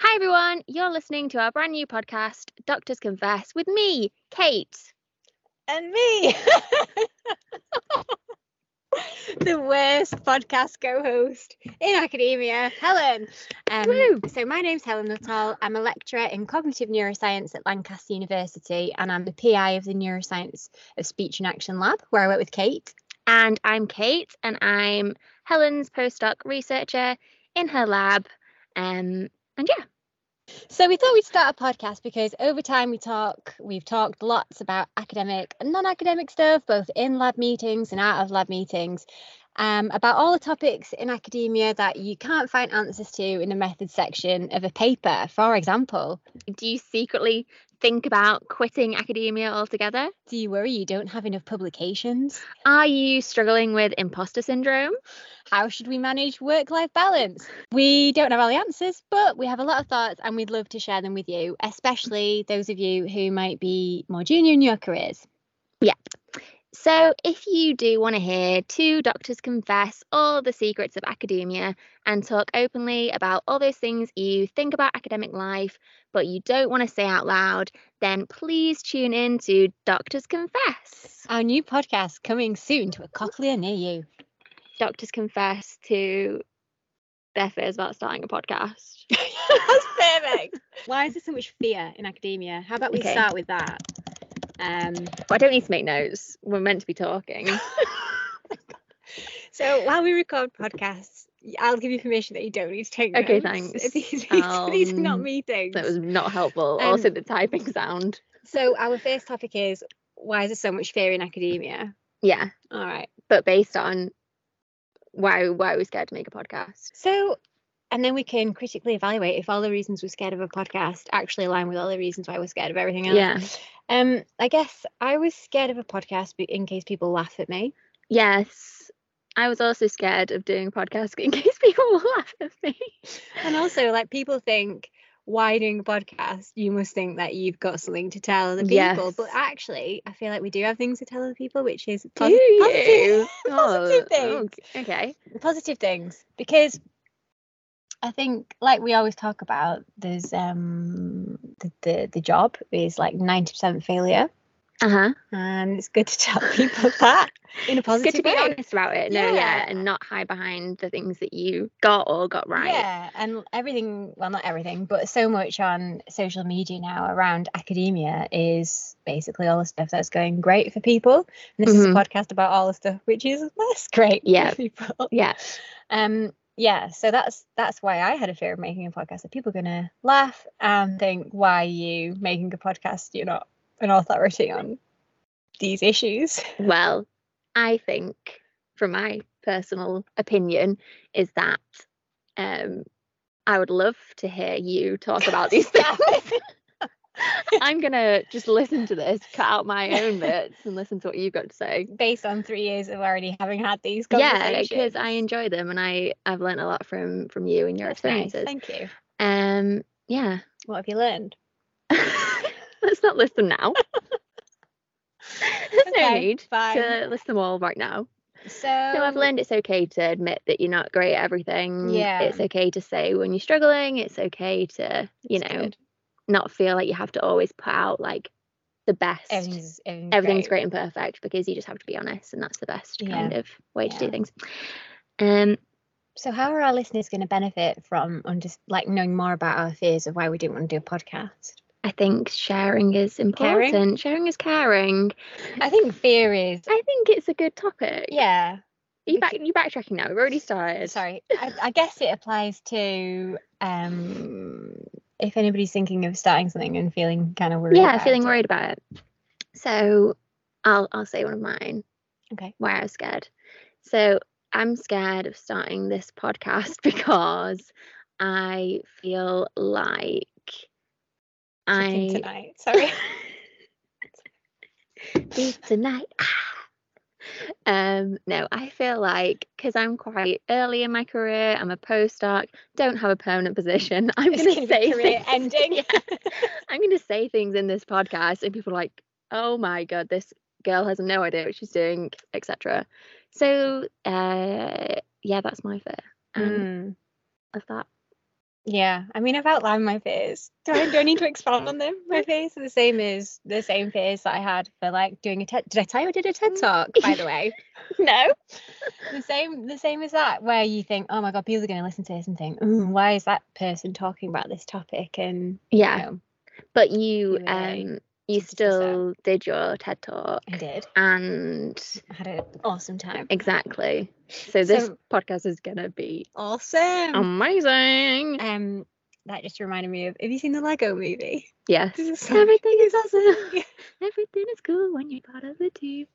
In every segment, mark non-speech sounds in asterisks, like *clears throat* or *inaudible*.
Hi, everyone. You're listening to our brand new podcast, Doctors Confess, with me, Kate. and me. *laughs* the worst podcast co-host in academia, Helen. Um, Woo. so my name's Helen Nuttall. I'm a lecturer in cognitive neuroscience at Lancaster University, and I'm the PI of the Neuroscience of Speech and Action Lab, where I work with Kate. And I'm Kate, and I'm Helen's postdoc researcher in her lab. Um, and yeah, So we thought we'd start a podcast because over time we talk, we've talked lots about academic and non-academic stuff, both in lab meetings and out of lab meetings, um, about all the topics in academia that you can't find answers to in the methods section of a paper, for example. do you secretly think about quitting academia altogether? Do you worry you don't have enough publications? Are you struggling with imposter syndrome? How should we manage work life balance? We don't have all the answers, but we have a lot of thoughts and we'd love to share them with you, especially those of you who might be more junior in your careers. So, if you do want to hear two doctors confess all the secrets of academia and talk openly about all those things you think about academic life but you don't want to say out loud, then please tune in to Doctors Confess. Our new podcast coming soon to a cochlear near you. Doctors confess to their fears about starting a *laughs* podcast. *laughs* That's perfect. Why is there so much fear in academia? How about we Okay. start with that? Um, But I don't need to make notes. We're meant to be talking. *laughs* so while we record podcasts, y- I'll give you permission that you don't need to take Okay, notes. thanks. *laughs* These, these, these are not Um, meetings. that was not helpful. Um, also, the typing sound. So our first topic is why is there so much fear in academia? Yeah, All right. but based on why why are we scared to make a podcast? So, and then we can critically evaluate if all the reasons we're scared of a podcast actually align with all the reasons why we're scared of everything else. Yeah. Um, I guess I was scared of a podcast be- in case people laugh at me. Yes. I was also scared of doing a podcast in *laughs* case people will laugh at me. And also, like, people think, why doing a podcast? You must think that you've got something to tell other people. But Yes. actually, I feel like we do have things to tell other people, which is Do *laughs* posi- you? *laughs* positive Oh, things. oh, okay. positive things because I think, like we always talk about, there's um the the, the job is like ninety percent failure, Uh huh. Uh-huh. and it's good to tell *laughs* people that in a It's positive good to be way. honest about it. No, yeah. Yeah. and not hide behind the things that you got or got right. Yeah, and everything, well, not everything, but so much on social media now around academia is basically all the stuff that's going great for people. And this is a Mhm. podcast about all the stuff which is less great Yeah. for people. *laughs* Yeah. Um, yeah, so that's that's why I had a fear of making a podcast that people are gonna laugh and think, why are you making a podcast? You're not an authority on these issues. Well, I think, from my personal opinion, is that um, I would love to hear you *laughs* talk about *laughs* these things. I'm gonna just listen to this, cut out my own bits, and listen to what you've got to say. Based on three years of already having had these Yeah, conversations. because I enjoy them, and I I've learned a lot from from you and your That's nice, experiences. Thank you. Um, *laughs* yeah. *laughs* What have you learned? Let's not list them now. There's no Okay, need fine. to list them all right now. So No, I've learned it's okay to admit that you're not great at everything. Yeah. It's okay to say when you're struggling. It's okay to, you It's know, good. not feel like you have to always put out like the best. everything's everything's, Everything's great. and perfect because you just have to be honest, and that's the best Yeah. kind of way to do Yeah. things. Um, So how are our listeners going to benefit from on just like knowing more about our fears of why we didn't want to do a podcast? I think sharing is important. Caring? Sharing is caring. I think fear is I think it's a good topic. yeah. Are you back, you backtracking now. We've already started. Sorry, I, I guess it applies to um, if anybody's thinking of starting something and feeling kind of worried. Yeah, about feeling it. worried about it. So, I'll I'll say one of mine. Okay. why I was scared. So I'm scared of starting this podcast *laughs* because I feel like Something I tonight. *laughs* Sorry. leave tonight. Ah. um, no, I feel like because I'm quite early in my career, I'm a postdoc, don't have a permanent position. *laughs* I'm It's going gonna to be say career things- ending. *laughs* Yeah. I'm going to say things in this podcast, and people are like, "Oh my god, this girl has no idea what she's doing," etc. So, uh, yeah, that's my fear um, Mm. of that. Yeah, I mean, I've outlined my fears. Do I, do I need to expand on them? My fears are the same as the same fears that I had for like doing a TED. Did I tell you I did a TED talk? By the way, Mm. *laughs* No. the same the same as that, where you think, oh my god, people are going to listen to this and think, "Ooh, why is that person talking about this topic? And Yeah. you know, But you Really? um you Just a still did your TED talk I did. and I had an awesome time. exactly. So this So- podcast is gonna be Awesome. *laughs* Um, amazing. that just reminded me of. Have you seen the Lego Movie? yes. This is Everything is *laughs* awesome. Yeah. Everything is cool when you're part of the team.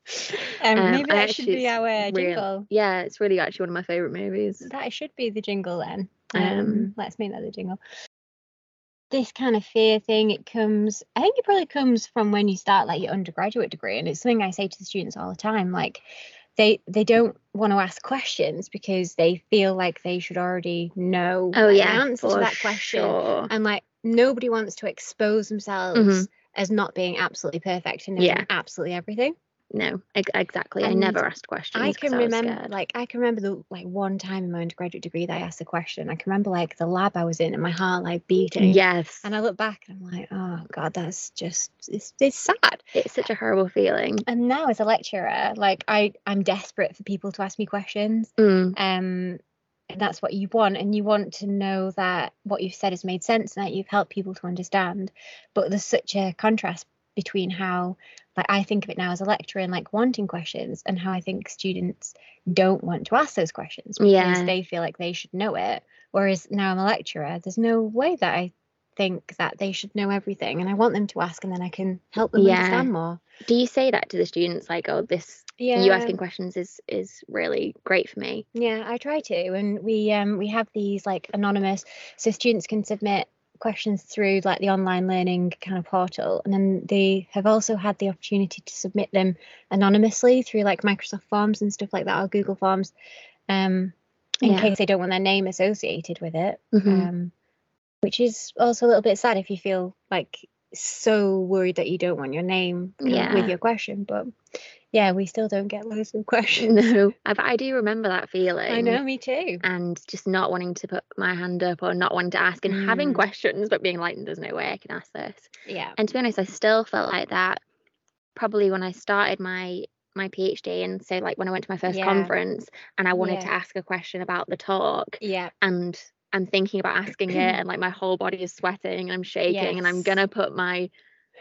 Um, Um, maybe I that should actually- be our real- jingle. Yeah, it's really actually one of my favourite movies. That should be the jingle then. Um, Um, let's make that the jingle. This kind of fear thing, it comes, I think it probably comes from when you start like your undergraduate degree. And it's something I say to the students all the time. Like they they don't want to ask questions because they feel like they should already know Oh an yeah. answer to for that question. Sure. And like nobody wants to expose themselves Mhm. as not being absolutely perfect and Yeah. knowing absolutely everything. No, ex- exactly. I And never asked questions. I 'cause can was remember, scared. like, I can remember the like one time in my undergraduate degree that I asked a question. I can remember like the lab I was in and my heart like beating. Yes. And I look back and I'm like, oh god, that's just it's, it's sad. it's *laughs* such a horrible feeling. And now as a lecturer, like I I'm desperate for people to ask me questions. Mm, Um, and that's what you want, and you want to know that what you've said has made sense and that you've helped people to understand. But there's such a contrast between how like I think of it now as a lecturer and like wanting questions and how I think students don't want to ask those questions because Yeah. they feel like they should know it. Whereas now I'm a lecturer, there's no way that I think that they should know everything and I want them to ask and then I can help them Yeah. understand more. do you say that to the students? Like, oh, this Yeah. you asking questions is is really great for me. Yeah, I try to, and we um we have these like anonymous, so students can submit questions through like the online learning kind of portal, and then they have also had the opportunity to submit them anonymously through like Microsoft Forms and stuff like that or Google Forms, um, in Yeah. case they don't want their name associated with it, Mhm. um, which is also a little bit sad if you feel like so worried that you don't want your name kind of Yeah. with your question, but yeah, we still don't get loads of *laughs* questions. *laughs* *laughs* no, I, but I do remember that feeling. I know, me too. And just not wanting to put my hand up or not wanting to ask and having Mm. questions, but being like, there's no way I can ask this. Yeah. And to be honest, I still felt like that probably when I started my my PhD and so like when I went to my first Yeah. conference and I wanted Yeah. to ask a question about the talk Yeah. and I'm thinking about *clears throat* asking it and like my whole body is sweating and I'm shaking and I'm Yes. gonna put my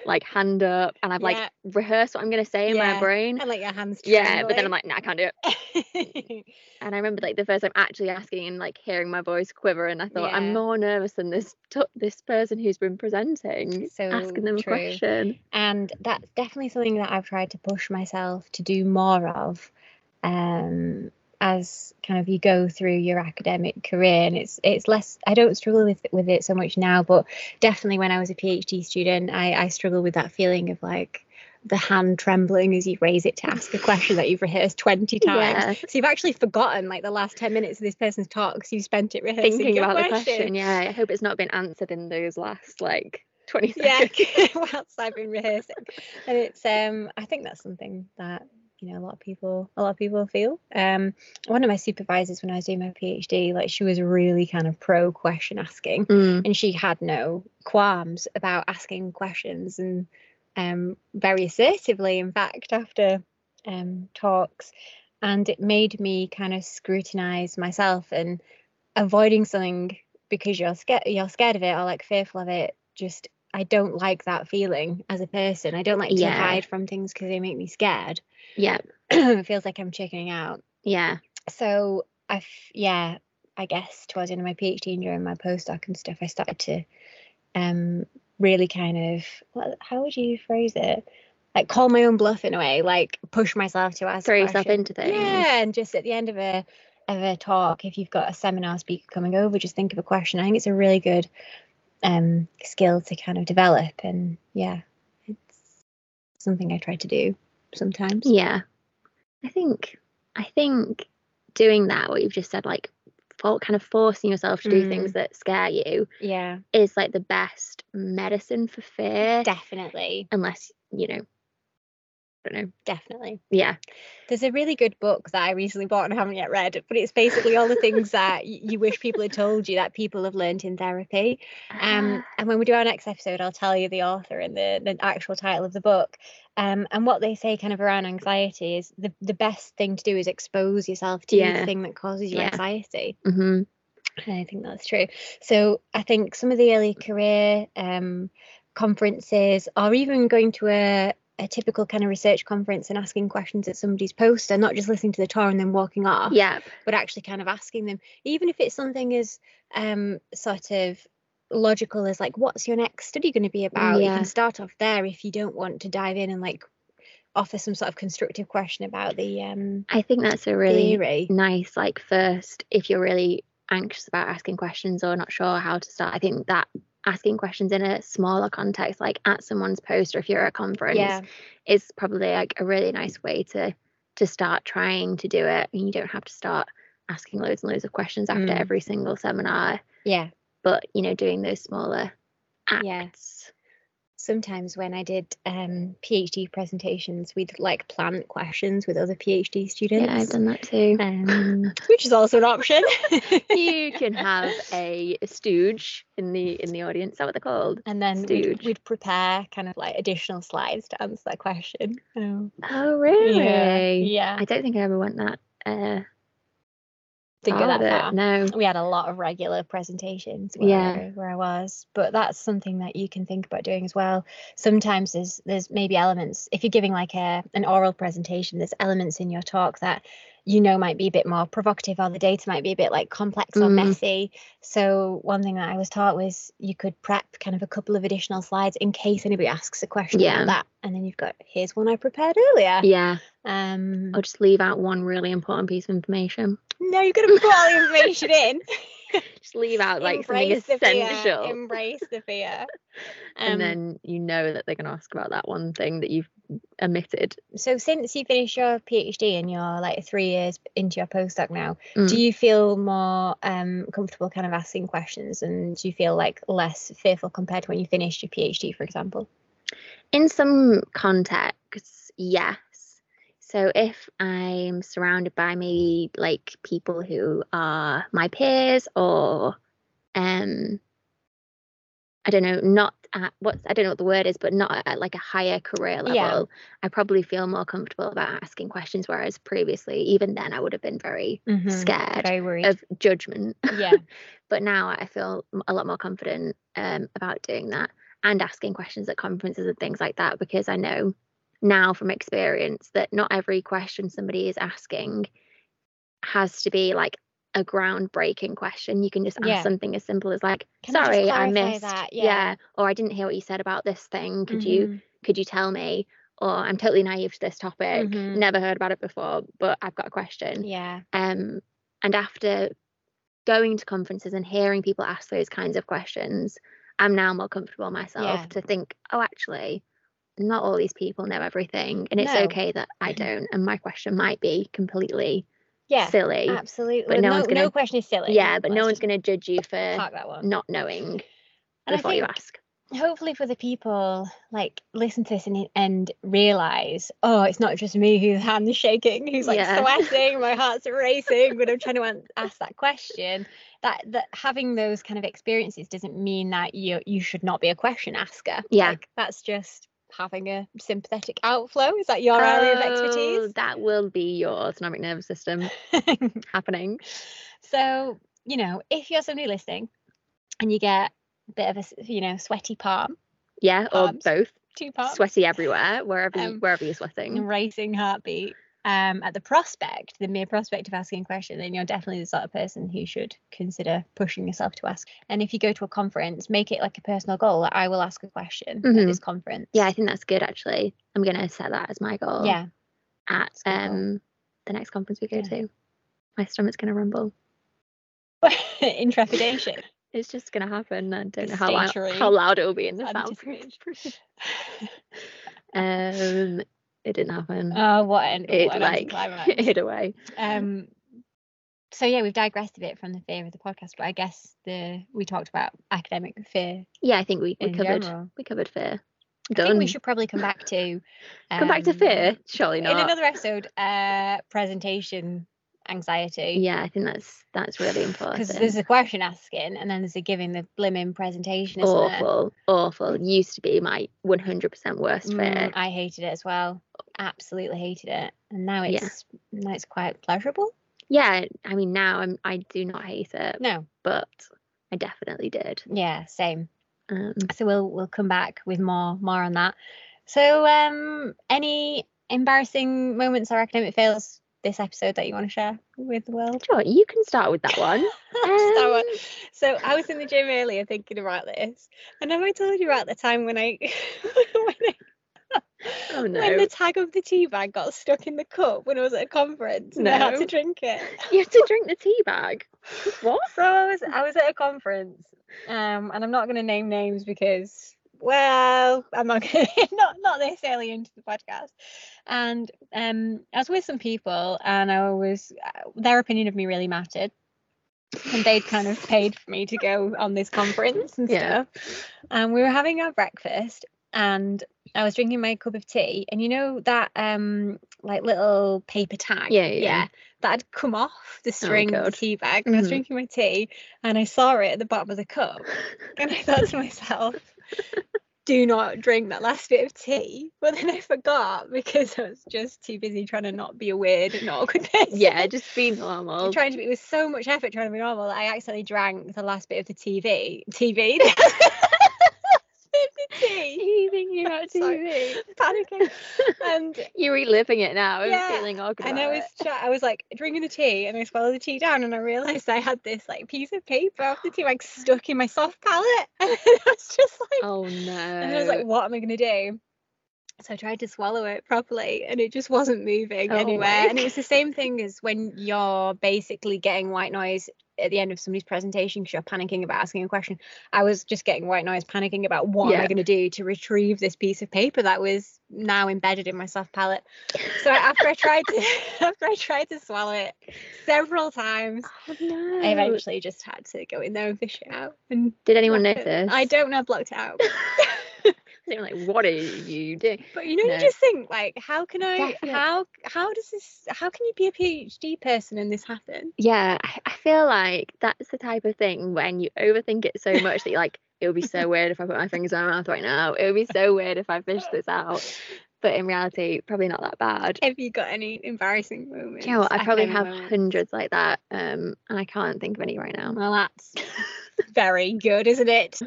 like hand up and I've Yeah. like rehearsed what I'm gonna say in Yeah. my brain. And like your hands. Yeah, but then I'm like, nah, I can't do it. *laughs* like, And I remember like the first time actually asking and like hearing my voice quiver, and I thought Yeah. I'm more nervous than this t- this person who's been presenting, So asking them Mm, true. a question. *laughs* and that's definitely something that I've tried to push myself to do more of, um, as kind of you go through your academic career. And it's it's less. I don't struggle with with it so much now, but definitely when I was a PhD student, I I struggled with that feeling of like the hand trembling as you raise it to ask a question that you've rehearsed 20 *laughs* times Yeah, So you've actually forgotten like the last ten minutes of this person's talk because you spent it rehearsing thinking your about the question. Yeah, I hope it's not been answered in those last like 20 *laughs* Yeah, seconds. whilst I've been rehearsing, and it's um I think that's something that you know a lot of people a lot of people feel. Um, one of my supervisors when I was doing my PhD, like she was really kind of pro question asking, Mm, and she had no qualms about asking questions and um, very assertively, in fact, after um, talks. And it made me kind of scrutinize myself and avoiding something because you're scared you're scared of it or like fearful of it. Just I don't like that feeling as a person. I don't like to Yeah. hide from things because they make me scared. *clears throat* yeah, it feels like I'm chickening out yeah, so I've yeah, I guess towards the end of my PhD and during my postdoc and stuff, I started to um really kind of well, how would you phrase it? Like call my own bluff in a way, like push myself to ask throw yourself questions. into things. Yeah, and just at the end of a of a talk, if you've got a seminar speaker coming over, just think of a question. I think it's a really good um skill to kind of develop and yeah, it's something I try to do sometimes. Yeah. I think I think doing that what you've just said like for, kind of forcing yourself to do Mm. things that scare you Yeah, is like the best medicine for fear definitely. unless you know I don't know. Definitely. Yeah. There's a really good book that I recently bought and haven't yet read, but it's basically all the things that y- you wish people had told you that people have learned in therapy. Um, Ah. and when we do our next episode, I'll tell you the author and the, the actual title of the book. Um, and what they say kind of around anxiety is the, the best thing to do is expose yourself to Yeah. the thing that causes you Yeah. anxiety. hmm I think that's true. So I think some of the early career um, conferences, or even going to a, a typical kind of research conference and asking questions at somebody's poster, not just listening to the tour and then walking off, Yeah. but actually kind of asking them, even if it's something as um, sort of logical as like, what's your next study going to be about? You Yeah. can start off there if you don't want to dive in and like offer some sort of constructive question about the um, I think that's a really theory. nice like first if you're really anxious about asking questions or not sure how to start i think that asking questions in a smaller context like at someone's post or if you're at a conference Yeah, is probably like a really nice way to to start trying to do it and you don't have to start asking loads and loads of questions after Mm. every single seminar yeah. but you know doing those smaller Yeah. acts sometimes when I did um, PhD presentations, we'd like plan questions with other PhD yeah, students, i've done that too *laughs* um, which is also an option. you can have a stooge in the in the audience is that what they're called and then we'd, Stooge. we'd prepare kind of like additional slides to answer that question. Oh, oh really Yeah, yeah. I don't think I ever went that. Uh, Didn't go far that with it, far. No. We had a lot of regular presentations where, Yeah. where I was, but that's something that you can think about doing as well. Sometimes there's there's maybe elements if you're giving like a an oral presentation, there's elements in your talk that you know might be a bit more provocative or the data might be a bit like complex or Mm. messy. So one thing that I was taught was you could prep kind of a couple of additional slides in case anybody asks a question Yeah. about that. And then you've got here's one I prepared earlier. Yeah. Oh. Um I'll just leave out one really important piece of information. no, you've got to put all the *laughs* information in. Just leave out like embrace something the essential. fear. Embrace the fear. Um, *laughs* and then you know that they're going to ask about that one thing that you've omitted. so since you finished your PhD and you're like three years into your postdoc now, Mm. do you feel more um, comfortable kind of asking questions, and do you feel like less fearful compared to when you finished your PhD, for example? In some contexts, yes. So if I'm surrounded by maybe like people who are my peers or um I don't know, not at what's I don't know what the word is, but not at like a higher career level, Yeah. I probably feel more comfortable about asking questions, whereas previously, even then I would have been very scared Mm-hmm. *laughs* Very worried. of judgment *laughs* yeah. but now I feel m- a lot more confident um, about doing that and asking questions at conferences and things like that because I know now from experience that not every question somebody is asking has to be like a groundbreaking question. You can just ask Yeah. something as simple as like, Can I just "Sorry, I, clarify missed that?" Yeah. Yeah. or "I didn't hear what you said about this thing. Could you Mhm. could you tell me?" Or "I'm totally naive to this topic. Mhm. Never heard about it before, but I've got a question." Yeah. um, and after going to conferences and hearing people ask those kinds of questions i'm now more comfortable myself Yeah. to think oh actually not all these people know everything and it's No. okay that i don't and my question might be completely Yeah. silly Absolutely. But no no, one's gonna- no question is silly. yeah but Let's no one's just going to judge you for park that one. not knowing And I before you think- ask hopefully for the people like listen to this and, and realize oh it's not just me whose hand is shaking who's like Yeah. sweating my heart's racing when i'm trying *laughs* to an- ask that question that that having those kind of experiences doesn't mean that you you should not be a question asker Yeah. like, that's just having a sympathetic outflow is that your area of Oh, expertise that will be your autonomic nervous *laughs* system happening so you know if you're somebody listening and you get a bit of a s- you know sweaty palm yeah or Palms. both two palms sweaty everywhere wherever you, Um, wherever you're sweating and racing heartbeat um, at the prospect, the mere prospect of asking a question, then you're definitely the sort of person who should consider pushing yourself to ask. And if you go to a conference, make it like a personal goal. Like, I will ask a question at Mhm. this conference. Yeah, I think that's good actually. I'm gonna set that as my goal. Yeah. *laughs* At a good goal. um the next conference we go Yeah. to. My stomach's gonna rumble. *laughs* In trepidation. It's just gonna happen. I don't know how loud, Stagering. how loud it will be in the soundproof. Anticipation. *laughs* um, it didn't happen. oh, what an, it what an like *laughs* anticlimax. it hid away. um so yeah we've digressed a bit from the fear of the podcast but i guess the we talked about academic fear Yeah, I think we, we in covered general we covered fear. I think we should probably come back to Come back to um, fear? Surely not. in another episode. Uh, presentation anxiety. yeah, I think that's that's *sighs* really important. Because there's a question asking, and then there's a giving the blimmin' presentation. Isn't there? awful, awful. It used to be my 100% worst fear. Mm, I hated it as well. Absolutely hated it. And now Yeah. it's now it's quite pleasurable. Yeah, I mean now I'm I do not hate it, No, but I definitely did. yeah, same. Um, So we'll we'll come back with more more on that. So um, any embarrassing moments or academic fails this episode that you want to share with the world? *laughs* sure, you can start with that one. So, uh, Um, so I was in the gym earlier thinking about this, and have I told you about the time when I *laughs* when I oh When no, the tag of the tea bag got stuck in the cup when I was at a conference and I had No. to drink it. you have to drink the tea bag. What? So I was I was at a conference, um, and I'm not going to name names because well, I'm not gonna, *laughs* not not this early into the podcast. And um, I was with some people, and I was uh, their opinion of me really mattered. And they'd kind of paid for me to go on this conference and Yeah. stuff. And we were having our breakfast, and I was drinking my cup of tea, and you know that um like little paper tag. Yeah, yeah. That had come off the string of the God. tea bag, and I was Mhm. drinking my tea, and I saw it at the bottom of the cup, and I thought to myself, "Do not drink that last bit of tea." But then I forgot because I was just too busy trying to not be a weird and awkward person. Yeah, just be normal. Trying to be, it was so much effort trying to be normal. that I accidentally drank the last bit of the TV. TV. *laughs* the tea. *laughs* Evening *laughs* you at Sorry. TV. Panicking. And You're reliving it now and Yeah, feeling awkward. and I about was it. try- I was like drinking the tea and I swallowed the tea down and I realized I had this like piece of paper off the tea like stuck in my soft palate *laughs* and I was just *laughs* like Oh no. and I was like what am I gonna do so I tried to swallow it properly and it just wasn't moving Oh my anywhere and it was *laughs* the same thing as when you're basically getting white noise at the end of somebody's presentation because you're panicking about asking a question I was just getting white noise panicking about what am I Yeah. going to do to retrieve this piece of paper that was now embedded in my soft palate so after I tried to *laughs* after I tried to swallow it several times, oh no. *sighs* I eventually just had to go in there and fish it out. And Did anyone block it. notice? I don't know, I blocked it out. They were like, what are you doing? But you know, No. you just think like, how can I? Definite- How how does this? How can you be a PhD person and this happen? Yeah, I, I feel like that's the type of thing when you overthink it so much that you're like, it would be so weird if I put my fingers in my mouth right now. It would be so weird if I fished this out. But in reality, probably not that bad. Have you got any embarrassing moments? Do you know what? I probably have academic moments? hundreds like that, um, and I can't think of any right now. Well, *laughs* that's very good, isn't it?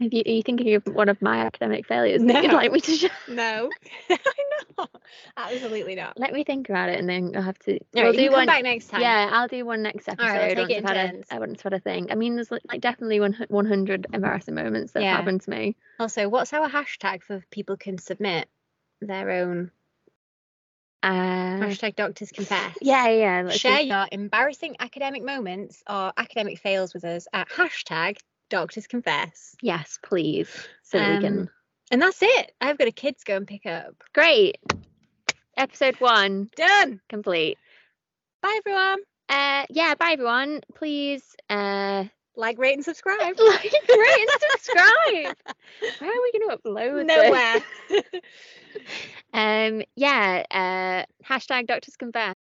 Have you, are you thinking of one of my academic failures that you'd No. like me to share? *laughs* No, *laughs* I'm not. Absolutely not. Let me think about it, and then I'll have to. All we'll right, you do can come one. back next time. Yeah, I'll do one next episode right, we'll take once, it I've in had turns. a, uh, once I've had a thing. I mean, there's like like, definitely one hu- 100 embarrassing moments that Yeah. have happened to me. Also, what's our hashtag for people can submit their own Uh, hashtag doctors confess? yeah, yeah. let's Share just- your embarrassing academic moments or academic fails with us at hashtag doctors confess. Yes, please. So that we Um, can. And that's it. I've got a kids go and pick up. Great. Episode one Done. complete. Bye everyone. Uh, yeah. Bye everyone. Please uh, Like, rate, and *laughs* subscribe. like, rate, and *laughs* *laughs* subscribe. Where are we going to upload this? Nowhere. Um, yeah. Uh, hashtag Doctors Confess.